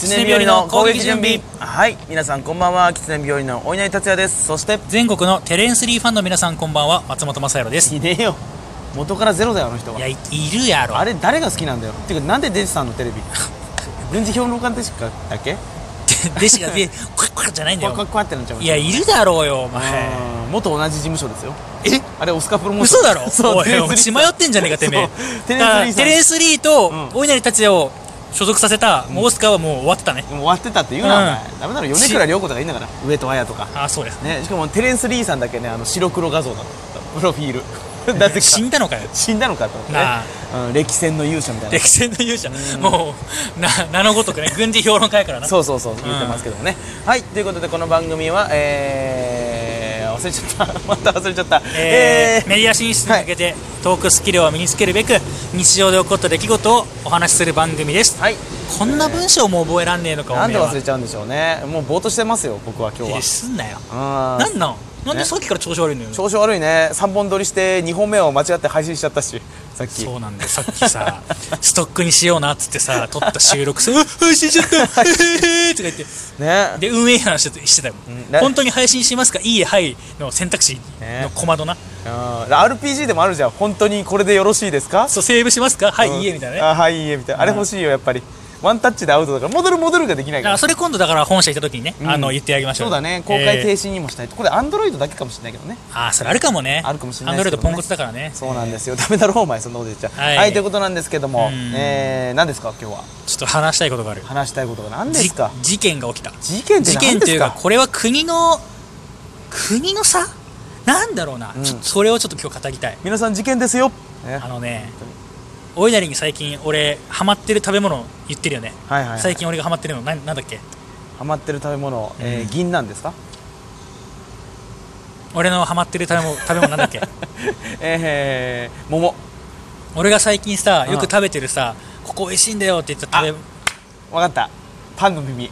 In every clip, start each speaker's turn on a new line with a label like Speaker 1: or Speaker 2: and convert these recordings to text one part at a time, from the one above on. Speaker 1: 狐日和の攻撃準備はい皆さんこんばんは狐日和のお稲荷達也ですそして
Speaker 2: 全国のテレンスリーファンの皆さんこんばんは松本雅也ですい
Speaker 1: いねえよ元からゼロだよあの人が
Speaker 2: やいいるやろ
Speaker 1: あれ誰が好きなんだよていうかなんで出てたのテレビ 軍事評論家でしかだっけ
Speaker 2: 弟子がでこれこれじゃないんだ
Speaker 1: こわこわ
Speaker 2: よ
Speaker 1: こわってなっちゃう
Speaker 2: いやいるだろうよお前
Speaker 1: うん元同じ事務所ですよ
Speaker 2: え
Speaker 1: あれオスカプロモーション
Speaker 2: 嘘だ ろ
Speaker 1: そう
Speaker 2: お
Speaker 1: テレ
Speaker 2: い
Speaker 1: ン
Speaker 2: お前
Speaker 1: ス
Speaker 2: 血
Speaker 1: リー
Speaker 2: 迷ってんじゃねえかてめえ
Speaker 1: そうテ
Speaker 2: だ
Speaker 1: レンスリーさん
Speaker 2: からテレンスリーと
Speaker 1: うん
Speaker 2: お稲荷達也を所属させたオースカーはもう終わってたね
Speaker 1: もう終わってたって言うな、お前
Speaker 2: う
Speaker 1: ダメだろ米倉涼子とかいいんだから上戸彩とか
Speaker 2: あそうや
Speaker 1: ねしかもテレンス・リーさんだけねあの白黒画像だったプロフ ィールなぜか
Speaker 2: 死んだのかよ
Speaker 1: 死んだのかと思ってね
Speaker 2: なあ、
Speaker 1: うん、歴戦の勇者みたいな
Speaker 2: 歴戦の勇者もうな名のごとくね軍事評論家やからな
Speaker 1: そうそうそう言ってますけどね、はいということでこの番組はえー、忘れちゃった また忘れちゃった
Speaker 2: えー
Speaker 1: え
Speaker 2: メディア進出に向けてトークスキルを身につけるべく日常で起こった出来事をお話しする番組です
Speaker 1: ーはい
Speaker 2: こんな文章も覚えらんねえのかお
Speaker 1: なん
Speaker 2: めえ
Speaker 1: で
Speaker 2: は
Speaker 1: 忘れちゃうんでしょうねもうぼーっとしてますよ僕は今日
Speaker 2: い
Speaker 1: は
Speaker 2: やすんなよ
Speaker 1: あ
Speaker 2: な
Speaker 1: ー
Speaker 2: んなんなんでさっきから調子悪いのよ
Speaker 1: 調子悪いね3本撮りして2本目を間違って配信しちゃったしさっき
Speaker 2: そうなんだよさっきさ ストックにしようなっつってさ撮った収 録さ「うっ配信しちゃったへへへ」とか言って
Speaker 1: ね
Speaker 2: で運営話してしてたよ、
Speaker 1: んな
Speaker 2: 本当に配信しますかいいえはいの選択肢の小窓な、
Speaker 1: あー RPG でもあるじゃん本当にこれでよろしいですか
Speaker 2: そうセーブしますかはい、いいえみたいなね
Speaker 1: あはいいいえみたいなあれ欲しいよやっぱりワンタッチでアウトだから戻る戻るができないか
Speaker 2: だから
Speaker 1: ら
Speaker 2: それ今度だから本社行った時にね、あの言ってあげまし
Speaker 1: そ
Speaker 2: ょ
Speaker 1: ううだね公開停
Speaker 2: えー
Speaker 1: 止にもしたいとこれアンドロイドだけかもしれないけどね
Speaker 2: ああそれあるかもね
Speaker 1: あるかもしれない
Speaker 2: アンドロ
Speaker 1: です
Speaker 2: イ
Speaker 1: け
Speaker 2: ド
Speaker 1: どね
Speaker 2: ポンコツだからね
Speaker 1: そうなんですよダメだろお前そんなこと言っちゃ
Speaker 2: はい
Speaker 1: はいということなんですけども
Speaker 2: うん
Speaker 1: えー何ですか今日は
Speaker 2: ちょっと話したいことがある
Speaker 1: 話したいことが何で
Speaker 2: じ
Speaker 1: すか
Speaker 2: 事件が起きた
Speaker 1: 事件って
Speaker 2: 事
Speaker 1: 何
Speaker 2: 件
Speaker 1: で
Speaker 2: と
Speaker 1: す
Speaker 2: いうか
Speaker 1: か
Speaker 2: これは国の国の差なんだろうな、
Speaker 1: うん
Speaker 2: ちょっとそれをちょっと今日語りたい
Speaker 1: 皆さん事件ですよね
Speaker 2: あのねおいなりに最近俺ハマってる食べ物言ってるよね、
Speaker 1: はいはいはい
Speaker 2: 最近俺がハマってるのなんなんだっけ
Speaker 1: ハマってる食べ物えー
Speaker 2: うん
Speaker 1: 銀なんですか
Speaker 2: 俺のハマってる食べ物食べ物なんだっ け
Speaker 1: えー桃
Speaker 2: 俺が最近さよく
Speaker 1: うん
Speaker 2: 食べてるさここ美味しいんだよって言った食べ
Speaker 1: わかったパンの耳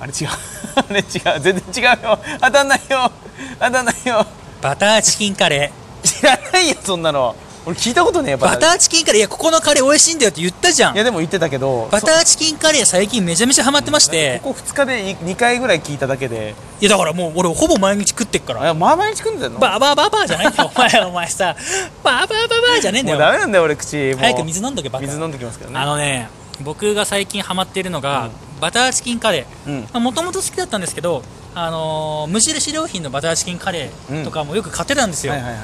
Speaker 1: あれ違う あれ違う全然違うよ当たんないよ当たんないよ
Speaker 2: バターチキンカレー
Speaker 1: 知らないよそんなの俺聞いたことねえよ
Speaker 2: バタ
Speaker 1: ー
Speaker 2: ーチキンカレーいやここのカレー美味しいんだよって言ったじゃん
Speaker 1: いやでも言ってたけど
Speaker 2: バターチキンカレー最近めちゃめちゃハマってまし
Speaker 1: で
Speaker 2: て
Speaker 1: ここ2日で2回ぐらい聞いただけで
Speaker 2: いやだからもう俺ほぼ毎日食ってっから
Speaker 1: あいやまあ毎日組んでんの
Speaker 2: バーバーバーバーじゃないんだよお前お前さバーバーバーバーじゃねえんだ
Speaker 1: もう
Speaker 2: よ
Speaker 1: ダメなんだよ俺口もう
Speaker 2: 早く水飲んどけバカ
Speaker 1: 水飲んできますけどね
Speaker 2: あのね僕が最近ハマってるのが、バターチキンカレ
Speaker 1: うん
Speaker 2: ーもともと好きだったんですけど、あのー無印良品のバターチキンカレーとかもよく買ってたんですよ、
Speaker 1: はいはいはい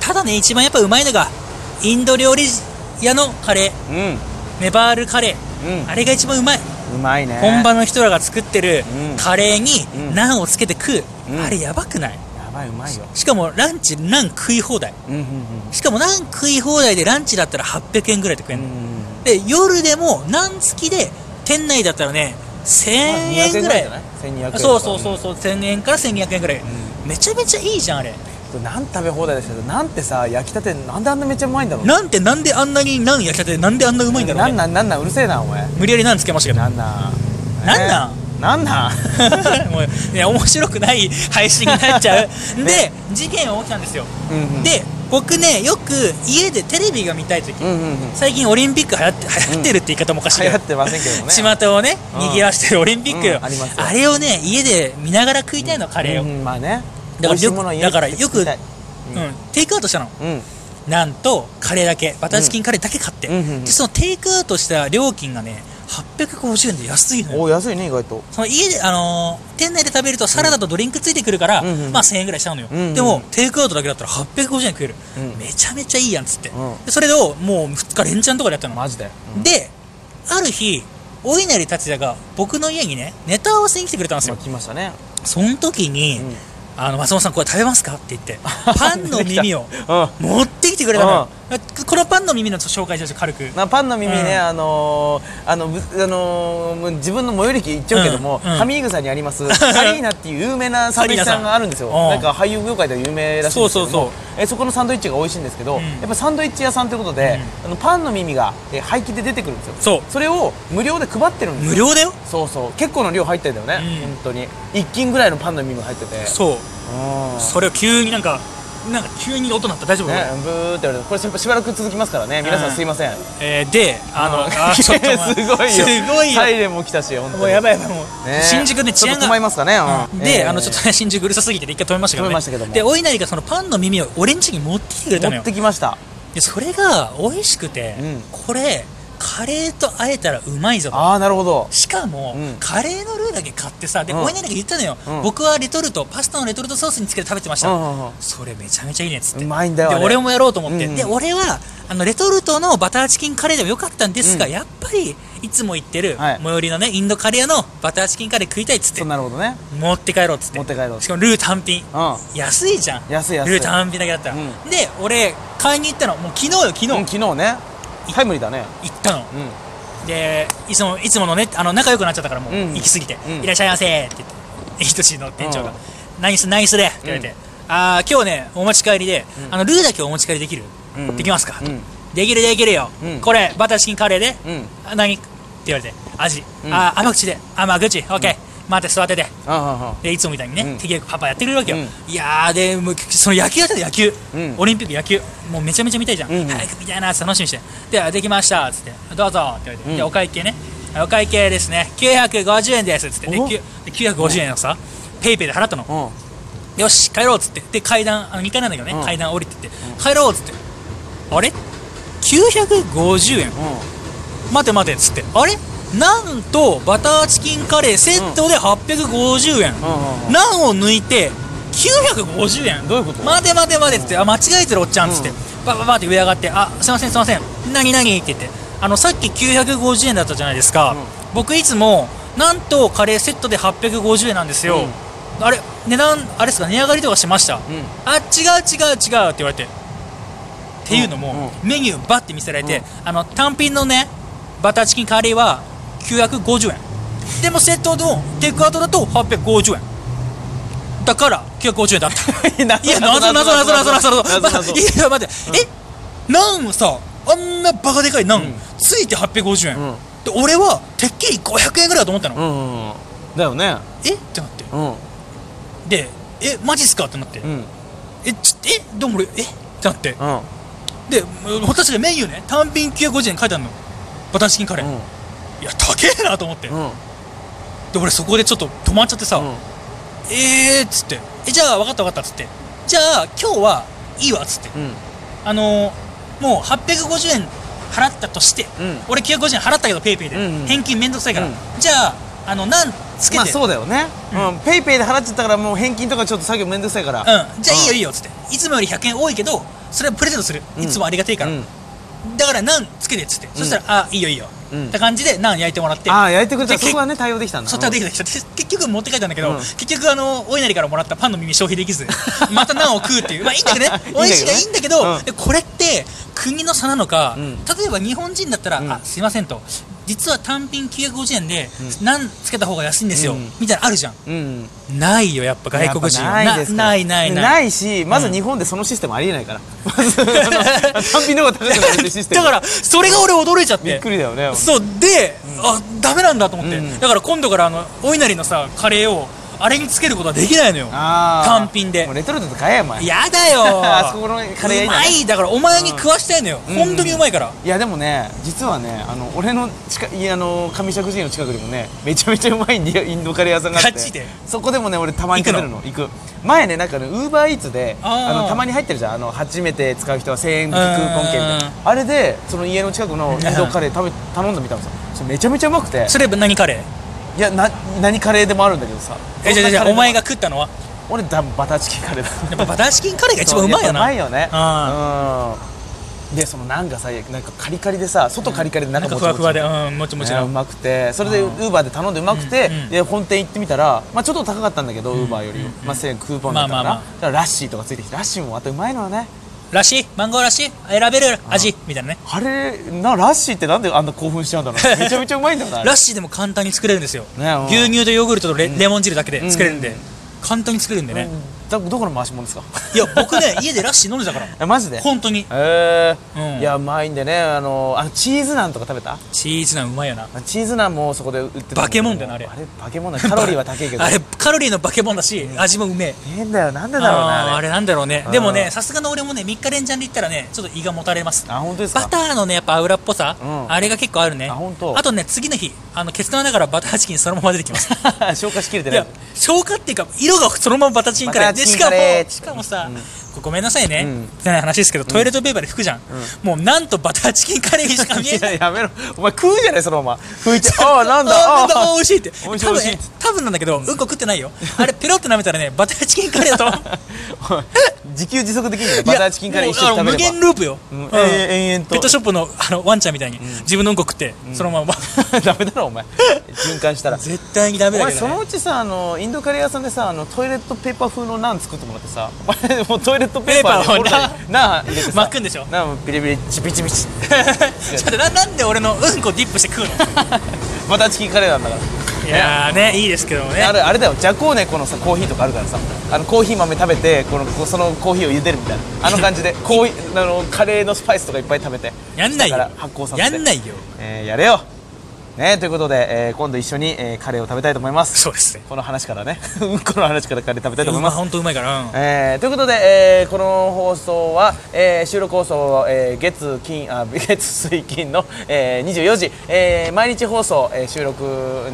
Speaker 2: ただね一番やっぱうまいのがインド料理屋のカレ
Speaker 1: う
Speaker 2: ーネバールカレー
Speaker 1: んうん
Speaker 2: あれが一番うまい、
Speaker 1: うまいね
Speaker 2: 本場の人らが作ってる
Speaker 1: うん
Speaker 2: カレーに
Speaker 1: うん
Speaker 2: ナンをつけて食う、
Speaker 1: うん
Speaker 2: あれやばくない
Speaker 1: やばいうまいよ
Speaker 2: しかもランチナン食い放題
Speaker 1: うんうん
Speaker 2: しかもナン食い放題でランチだったら800円ぐらいで食え
Speaker 1: うんんう
Speaker 2: の、
Speaker 1: ん
Speaker 2: で夜でもナン付きで店内だったらね1000円ぐらい,、
Speaker 1: 1200円
Speaker 2: そうそうそううそう1000円から1200円ぐらい、めちゃめちゃいいじゃんあれ
Speaker 1: なん食べ放題ですけどなんてさ焼きたてなんであんなめっちゃうまいんだろう
Speaker 2: なんてなんであんなにナン焼きたてでなんであんなうまいんだろう、
Speaker 1: な
Speaker 2: ね、
Speaker 1: んなんなんなんうるせえなお前
Speaker 2: 無理やりナンつけましたけど
Speaker 1: な
Speaker 2: も
Speaker 1: んなん
Speaker 2: なんなん
Speaker 1: ねなんなん
Speaker 2: うね面白くない配信になっ ちゃうで事件は起きたんですよ、
Speaker 1: うんうん
Speaker 2: で僕ねよく家でテレビが見たい時、
Speaker 1: うんうんうん
Speaker 2: 最近オリンピック流行って流行ってるって言い方もおかしいけ
Speaker 1: 流
Speaker 2: ど
Speaker 1: 行ってませんけどね
Speaker 2: 巷をね、
Speaker 1: うん
Speaker 2: 賑わしてるオリンピックよ、
Speaker 1: うんありますよ
Speaker 2: れをね家で見ながら食いたいの、カレーを、
Speaker 1: う
Speaker 2: うん
Speaker 1: んまあね
Speaker 2: だ
Speaker 1: 美
Speaker 2: からよく
Speaker 1: 味しいものを家で
Speaker 2: だからよく
Speaker 1: 作りたい
Speaker 2: テイクアウトしたの
Speaker 1: うん
Speaker 2: なんとカレーだけバターチキンカレーだけ買って、
Speaker 1: うんうんうんうん
Speaker 2: でそのテイクアウトした料金がね850円で安いのよ
Speaker 1: お安いね意外と
Speaker 2: その家で、あのー店内で食べるとサラダとドリンクついてくるから、
Speaker 1: うんうんうん
Speaker 2: まあ1000円ぐらいしちゃうのよ、
Speaker 1: うんうんうん
Speaker 2: でもテイクアウトだけだったら850円食える、
Speaker 1: うん
Speaker 2: めちゃめちゃいいやんっつって、
Speaker 1: うん
Speaker 2: でそれをもう2日連チャンとかでやったの
Speaker 1: マジで
Speaker 2: である日お稲荷達也が僕の家にねネタ合わせに来てくれたんです
Speaker 1: まあ
Speaker 2: よ
Speaker 1: 来ましたね
Speaker 2: その時に、
Speaker 1: うん
Speaker 2: あの松本さんこれ食べますかって言ってパンの 耳を
Speaker 1: う
Speaker 2: 持ってきてくれたのよこのパンの耳の紹介しましょう軽く
Speaker 1: んまあパンの耳ね
Speaker 2: うん
Speaker 1: あのーあのぶあのーもう自分の最寄り駅行っちゃうけども
Speaker 2: うんうん
Speaker 1: 上井草にあります サリーナっていう有名なサンドイッチさんがあるんですよ
Speaker 2: サリーナさ
Speaker 1: なんんか俳優業界では有名らしいんですけども
Speaker 2: そうそうそう
Speaker 1: えそこのサンドイッチが美味しいんですけど
Speaker 2: ん
Speaker 1: やっぱサンドイッチ屋さんということであのパンの耳がえ廃棄で出てくるんですよ
Speaker 2: そう
Speaker 1: それを無料で配ってるんですよ
Speaker 2: 無料だよ
Speaker 1: そうそう結構の量入ってんだよね、
Speaker 2: うん
Speaker 1: 本当に一斤ぐらいのパンの耳が入ってて
Speaker 2: そう
Speaker 1: うん
Speaker 2: それを急になんかなんか急に音鳴った大丈夫、これ
Speaker 1: ね、ブーって言われてこれ先輩しばらく続きますからね皆さんすいません、
Speaker 2: えーであの、 あー
Speaker 1: す
Speaker 2: ちょっとまあ
Speaker 1: ごいよ
Speaker 2: すごいよ
Speaker 1: サイレンも来たし本当に
Speaker 2: もうやばいやばいもう、
Speaker 1: ね
Speaker 2: 新宿で治
Speaker 1: ちょ
Speaker 2: 安
Speaker 1: っと困り
Speaker 2: が
Speaker 1: ますかね、うん
Speaker 2: で、
Speaker 1: えー
Speaker 2: あのちょっと新宿うるさすぎてで一回止めましたけどね
Speaker 1: 止めましたけども
Speaker 2: でお稲荷がそのパンの耳を俺ん家に持ってきてくれたの
Speaker 1: 持
Speaker 2: よ
Speaker 1: ってきました
Speaker 2: でそれが美味しくて、
Speaker 1: うん
Speaker 2: これカレーと和えたらうまいぞと
Speaker 1: ああなるほど
Speaker 2: しかも、
Speaker 1: うん
Speaker 2: カレーのルーだけ買ってさで、
Speaker 1: うん
Speaker 2: お稲荷が言ったのよ、
Speaker 1: うん
Speaker 2: 僕はレトルトパスタのレトルトソースにつけて食べてまし
Speaker 1: う
Speaker 2: た、
Speaker 1: んうんうん
Speaker 2: それめちゃめちゃいいねっつって
Speaker 1: うまいんだよ
Speaker 2: で
Speaker 1: あれ
Speaker 2: 俺もやろうと思って、
Speaker 1: うんうん
Speaker 2: で俺はあのレトルトのバターチキンカレーでもよかったんですが、
Speaker 1: うん
Speaker 2: やっぱりいつも行ってる、
Speaker 1: はい
Speaker 2: 最寄りのねインドカレー屋のバターチキンカレー食いたいっつって
Speaker 1: そうなるほどね
Speaker 2: 持って帰ろうっつって
Speaker 1: 持って帰ろう
Speaker 2: しかもルー単品
Speaker 1: う
Speaker 2: 安いじゃん
Speaker 1: 安い安い
Speaker 2: ルー単品だけだったら、
Speaker 1: うん
Speaker 2: で俺買いに行ったのもう昨日よ昨日、
Speaker 1: ん、うん
Speaker 2: 行
Speaker 1: 昨日ねタイムリーだね
Speaker 2: ったの
Speaker 1: うん
Speaker 2: でいつもいつものねあの仲良くなっちゃったからもう、
Speaker 1: うん
Speaker 2: 行き過ぎて、
Speaker 1: うん
Speaker 2: いらっしゃいませ」って言って「いとしの店長が、
Speaker 1: うん
Speaker 2: ナイスナイスで」って言われて「ああ今日ねお持ち帰りで、
Speaker 1: うん
Speaker 2: あのルーだけお持ち帰りできる、
Speaker 1: うんうん
Speaker 2: できますか、
Speaker 1: うん
Speaker 2: できるできるよ、
Speaker 1: うん
Speaker 2: これバターチキンカレーで、
Speaker 1: うん
Speaker 2: あ何?」って言われて「味、
Speaker 1: うん
Speaker 2: あー甘口で甘口オッケー、待って座ってて」
Speaker 1: あ
Speaker 2: でいつもみたいにね、
Speaker 1: うん
Speaker 2: 手際よくパパやってくれるわけよ、
Speaker 1: う
Speaker 2: いやーでもうその野球やってた野球、
Speaker 1: うん
Speaker 2: オリンピック野球もうめちゃめちゃ見たいじゃん、
Speaker 1: うんうん
Speaker 2: 早く見たいなって楽しみにしてでできましたっつってどうぞって言われて、
Speaker 1: うん
Speaker 2: でお会計ねお会計ですね950円ですっつってで
Speaker 1: お
Speaker 2: きゅで950円をさペイペイで払ったの
Speaker 1: あうん
Speaker 2: よし帰ろうっつってで階段あの2階なんだけどね、
Speaker 1: うん
Speaker 2: 階段降りてって、帰ろうっつってあれ950円
Speaker 1: う
Speaker 2: 待て待てっつってあれなんとバターチキンカレーセットで850円、
Speaker 1: んうんうん
Speaker 2: ナンを抜いて950円
Speaker 1: どういうこと
Speaker 2: 待て待て待てっつってあ間違えてるおっちゃんっつって、
Speaker 1: うん
Speaker 2: バババって上上がってあすいませんすいません何何って言ってあのさっき950円だったじゃないですか、
Speaker 1: うん
Speaker 2: 僕いつもなんとカレーセットで850円なんですよ、あれ値段あれですか値上がりとかしました、
Speaker 1: ん
Speaker 2: あ違う違う違うって言われてっていうのも、メニューバッて見せられて、あの単品のねバターチキンカレーは950円でもセットのテイクアウトだと850円だから950円 だったいや謎謎謎謎謎謎
Speaker 1: 謎謎
Speaker 2: いや待って、えなんさあんなバカでかいなん、
Speaker 1: うん
Speaker 2: ついて850円、
Speaker 1: うん
Speaker 2: で俺はてっきり500円ぐらいだと思ったの、
Speaker 1: うんうんうんだよね
Speaker 2: えってなって
Speaker 1: うん
Speaker 2: でえマジっすかってなって、
Speaker 1: うんうん
Speaker 2: えちょえでも俺えってなってで私たちがメニューね単品950円書いてあるのバターチキンカレー、
Speaker 1: うん
Speaker 2: いや高えなと思って、
Speaker 1: うん
Speaker 2: で俺そこでちょっと止まっちゃってさ、
Speaker 1: うん
Speaker 2: えーっつってえじゃあ分かった分かったっつってじゃあ今日はいいわっつって
Speaker 1: うん
Speaker 2: あのー、もう850円払ったとして、
Speaker 1: うん
Speaker 2: 俺950円払ったけどペイペイで、
Speaker 1: うんうん
Speaker 2: 返金めんどくさいから、
Speaker 1: うん
Speaker 2: じゃああのなんつけて、
Speaker 1: まあそうだよね
Speaker 2: うん
Speaker 1: うんペイペイで払っちゃったからもう返金とかちょっと作業めんどくさいから
Speaker 2: うんじゃあいいよいい
Speaker 1: よ
Speaker 2: よっつっていつもより100円多いけどそれはプレゼントする、
Speaker 1: うん
Speaker 2: いつもありがてえから、だからなんつけてっつって、そしたらあいいよいいよ、
Speaker 1: うん
Speaker 2: って感じでなん焼いてもらって
Speaker 1: ああ焼いてくれた
Speaker 2: じゃあ
Speaker 1: そこはね対応できたんだ
Speaker 2: そしたらできたできた結局持って帰ったんだけど、
Speaker 1: うん
Speaker 2: 結局あのお稲荷からもらったパンの耳消費 できずまたナンを食うっていうまあいいんだけどね美味しいがいいんだけど
Speaker 1: うん
Speaker 2: でこれって国の差なのか、
Speaker 1: うん
Speaker 2: 例えば日本人だったら、
Speaker 1: うん
Speaker 2: あすいませんと実は単品950円で、なんつけた方が安いんですよ、
Speaker 1: うん
Speaker 2: みたいなのあるじゃん
Speaker 1: うん
Speaker 2: ないよやっぱ外国人
Speaker 1: やっ
Speaker 2: は
Speaker 1: ぱないですから
Speaker 2: ないないない
Speaker 1: ないしまず日本でそのシステムありえないからまずあの単品の方が高いとかっていうシステ
Speaker 2: だ
Speaker 1: ム
Speaker 2: からそれが俺驚いちゃって
Speaker 1: びっくりだよね
Speaker 2: そうで、あダメなんだと思って、
Speaker 1: うん
Speaker 2: だから今度からあのお稲荷のさカレーをあれにつけることはできないのよ
Speaker 1: あー
Speaker 2: 単品で
Speaker 1: もうレトルトと買えやお前
Speaker 2: やだよ
Speaker 1: あそこのカレー屋いいうな
Speaker 2: まいだからお前に食わしたいのよ、
Speaker 1: うん
Speaker 2: 本当にうまいから
Speaker 1: いやでもね実はねあの俺の近いあの上石神社の近くにもねめちゃめちゃうまいインデ ィインドカレー屋さんがあっ
Speaker 2: ガチ
Speaker 1: て
Speaker 2: で
Speaker 1: そこでもね俺たまに食べるの行く前ねなんかねウーバーイーツで
Speaker 2: あ
Speaker 1: あ
Speaker 2: ー
Speaker 1: のたまに入ってるじゃんあの初めて使う人は1000円引きクーポン券みたい
Speaker 2: うん
Speaker 1: なあれでその家の近くのインドカレー食べ頼んでみたのさそれめちゃめちゃうまくて
Speaker 2: それ何カレー
Speaker 1: いやな何カレーでもあるんだけどさ
Speaker 2: えじゃあじゃあ
Speaker 1: どんな
Speaker 2: お
Speaker 1: カレー
Speaker 2: 前
Speaker 1: でも
Speaker 2: が食ったのは
Speaker 1: 俺だバターチキンカレーだ
Speaker 2: やっぱバターチキンカレーが一番うまいよな
Speaker 1: そうやっぱうまいよね
Speaker 2: うん
Speaker 1: うんでそのなんかさなんかカリカリでさ外カリカリで
Speaker 2: な
Speaker 1: 中
Speaker 2: んか
Speaker 1: も
Speaker 2: ふ
Speaker 1: ちも
Speaker 2: わ
Speaker 1: ち
Speaker 2: ふわでうんもちもちな、
Speaker 1: ねうまくてそれでウーバーで頼んでうまくて、
Speaker 2: うんうん
Speaker 1: で本店行ってみたら、まあ、ちょっと高かったんだけど、ウーバーより、まあ、1000円クーポンだったから,、
Speaker 2: まあまあま
Speaker 1: だからラッシーとかついてきてラッシーもまたうまいのはね
Speaker 2: らしいマンゴーらしい選べる味みたいなね
Speaker 1: あれなラッシーってなんであんな興奮しちゃうんだろうめちゃめちゃうまいんだよなあれ
Speaker 2: ラッシーでも簡単に作れるんですよ、
Speaker 1: ねうん
Speaker 2: 牛乳とヨーグルトとレ,、モン汁だけで作れるんで、
Speaker 1: うん
Speaker 2: 簡単に作れるんでね、
Speaker 1: どどこの回し物ですか
Speaker 2: いや僕ね 家でラッシー飲んでたから
Speaker 1: えマジで
Speaker 2: 本当に
Speaker 1: えー
Speaker 2: うん
Speaker 1: いやうまいんでねあのあのチーズナンとか食べた
Speaker 2: チーズナンうまいよな
Speaker 1: チーズナンもそこで売ってたんだけど
Speaker 2: 化け物だよなあれ
Speaker 1: あれ化け物だよカロリーは高いけど
Speaker 2: あれカロリーの化け物だし味もうめえ
Speaker 1: 変だよなんでだろう
Speaker 2: あー
Speaker 1: な
Speaker 2: あ
Speaker 1: あれ
Speaker 2: れなんだろうね
Speaker 1: うん
Speaker 2: でもねさすがの俺もね3日連チャンで行ったらねちょっと胃がもたれます
Speaker 1: あ本当ですか
Speaker 2: バターのねやっぱ油っぽさ、
Speaker 1: うん
Speaker 2: あれが結構あるね
Speaker 1: あ本当
Speaker 2: とね次の日あのケツの穴からバターチキンそのまま出てきます
Speaker 1: 消化しきれて
Speaker 2: い
Speaker 1: ない
Speaker 2: や消化っていうか色がそのままバターチキンカレー
Speaker 1: バター
Speaker 2: で
Speaker 1: チキ
Speaker 2: し
Speaker 1: ン
Speaker 2: か
Speaker 1: カ
Speaker 2: も
Speaker 1: レー
Speaker 2: しかもさ、
Speaker 1: うん
Speaker 2: こうごめんなさいね、
Speaker 1: うん
Speaker 2: じゃない話ですけどトイレットペーパーで拭くじゃん、もうなんとバターチキンカレーにしか見え
Speaker 1: い
Speaker 2: な
Speaker 1: や
Speaker 2: い
Speaker 1: やめろお前食うじゃないそのまま拭いてああ なんだ
Speaker 2: あーなんだあー
Speaker 1: あ
Speaker 2: 美味しいって
Speaker 1: 美味しい
Speaker 2: 多
Speaker 1: 美
Speaker 2: 分
Speaker 1: 味しい
Speaker 2: ね多分なんだけどうんこ食ってないよあれペロって舐めたらねバターチキンカレーだと思う
Speaker 1: ーおい自給自足できるじゃんバターチキンカレー一緒に
Speaker 2: いやもう
Speaker 1: 食べ
Speaker 2: あの
Speaker 1: れば
Speaker 2: 無限ループよ、
Speaker 1: うん
Speaker 2: うん
Speaker 1: 永遠延々と
Speaker 2: ペットショップのあのワンちゃんみたいに、自分のうんこ食って、そのま ま
Speaker 1: ダメだろお 前循環したら
Speaker 2: 絶対にダメ
Speaker 1: お
Speaker 2: だ
Speaker 1: 前
Speaker 2: けど、
Speaker 1: そ
Speaker 2: ね
Speaker 1: の、うちさあのインドカレー屋さんでさあのトイレットペーパー風のナン作ってもらってさお前もうトイレットペーパー
Speaker 2: ペーパーを
Speaker 1: で
Speaker 2: な
Speaker 1: ほらナン入れてさ
Speaker 2: 巻くんでしょ
Speaker 1: ナンをビリビリチビチビ チ
Speaker 2: ちょっとななんで俺のうんこディップして食うの
Speaker 1: バターチキンカレーなんだから
Speaker 2: いやーねいいですけどもね
Speaker 1: あれあれだよジャコーネコのさコーヒーとかあるからさあのコーヒー豆食べてこのこそのコーヒーを茹でるみたいなあの感じ でコーヒーあのカレーのスパイスとかいっぱい食べて
Speaker 2: やんないよ
Speaker 1: 下から発酵させ
Speaker 2: や
Speaker 1: て
Speaker 2: んないよ
Speaker 1: えーやれよねということで、えー今度一緒に、えーカレーを食べたいと思います
Speaker 2: そうですね
Speaker 1: この話からね うんこの話からカレー食べたいと
Speaker 2: う
Speaker 1: 思いま
Speaker 2: まい
Speaker 1: す
Speaker 2: 本当うまいから、うん
Speaker 1: えーということで、えーこの放送は、えー収録放送は、えー月金あ 月水金の、えー24時、えー毎日放送、えー収録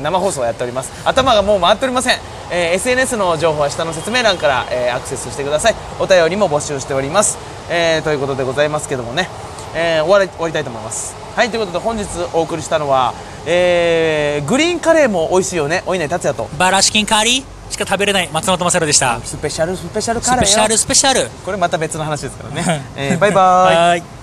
Speaker 1: 生放送をやっております頭がもう回っておりません、えー SNS の情報は下の説明欄から、えーアクセスしてくださいお便りも募集しております、えーということでございますけどもね、えー終わり終わりたいと思いますはいということで本日お送りしたのは、えーグリーンカレーも美味しいよねお稲荷達也と
Speaker 2: バラチキンカリーしか食べれない松本正郎でした
Speaker 1: スペシャルスペシャルカ
Speaker 2: ス
Speaker 1: レー
Speaker 2: ペ
Speaker 1: よ
Speaker 2: シャルスペシャル、
Speaker 1: これまた別の話ですからねえーバイバーイ
Speaker 2: バイ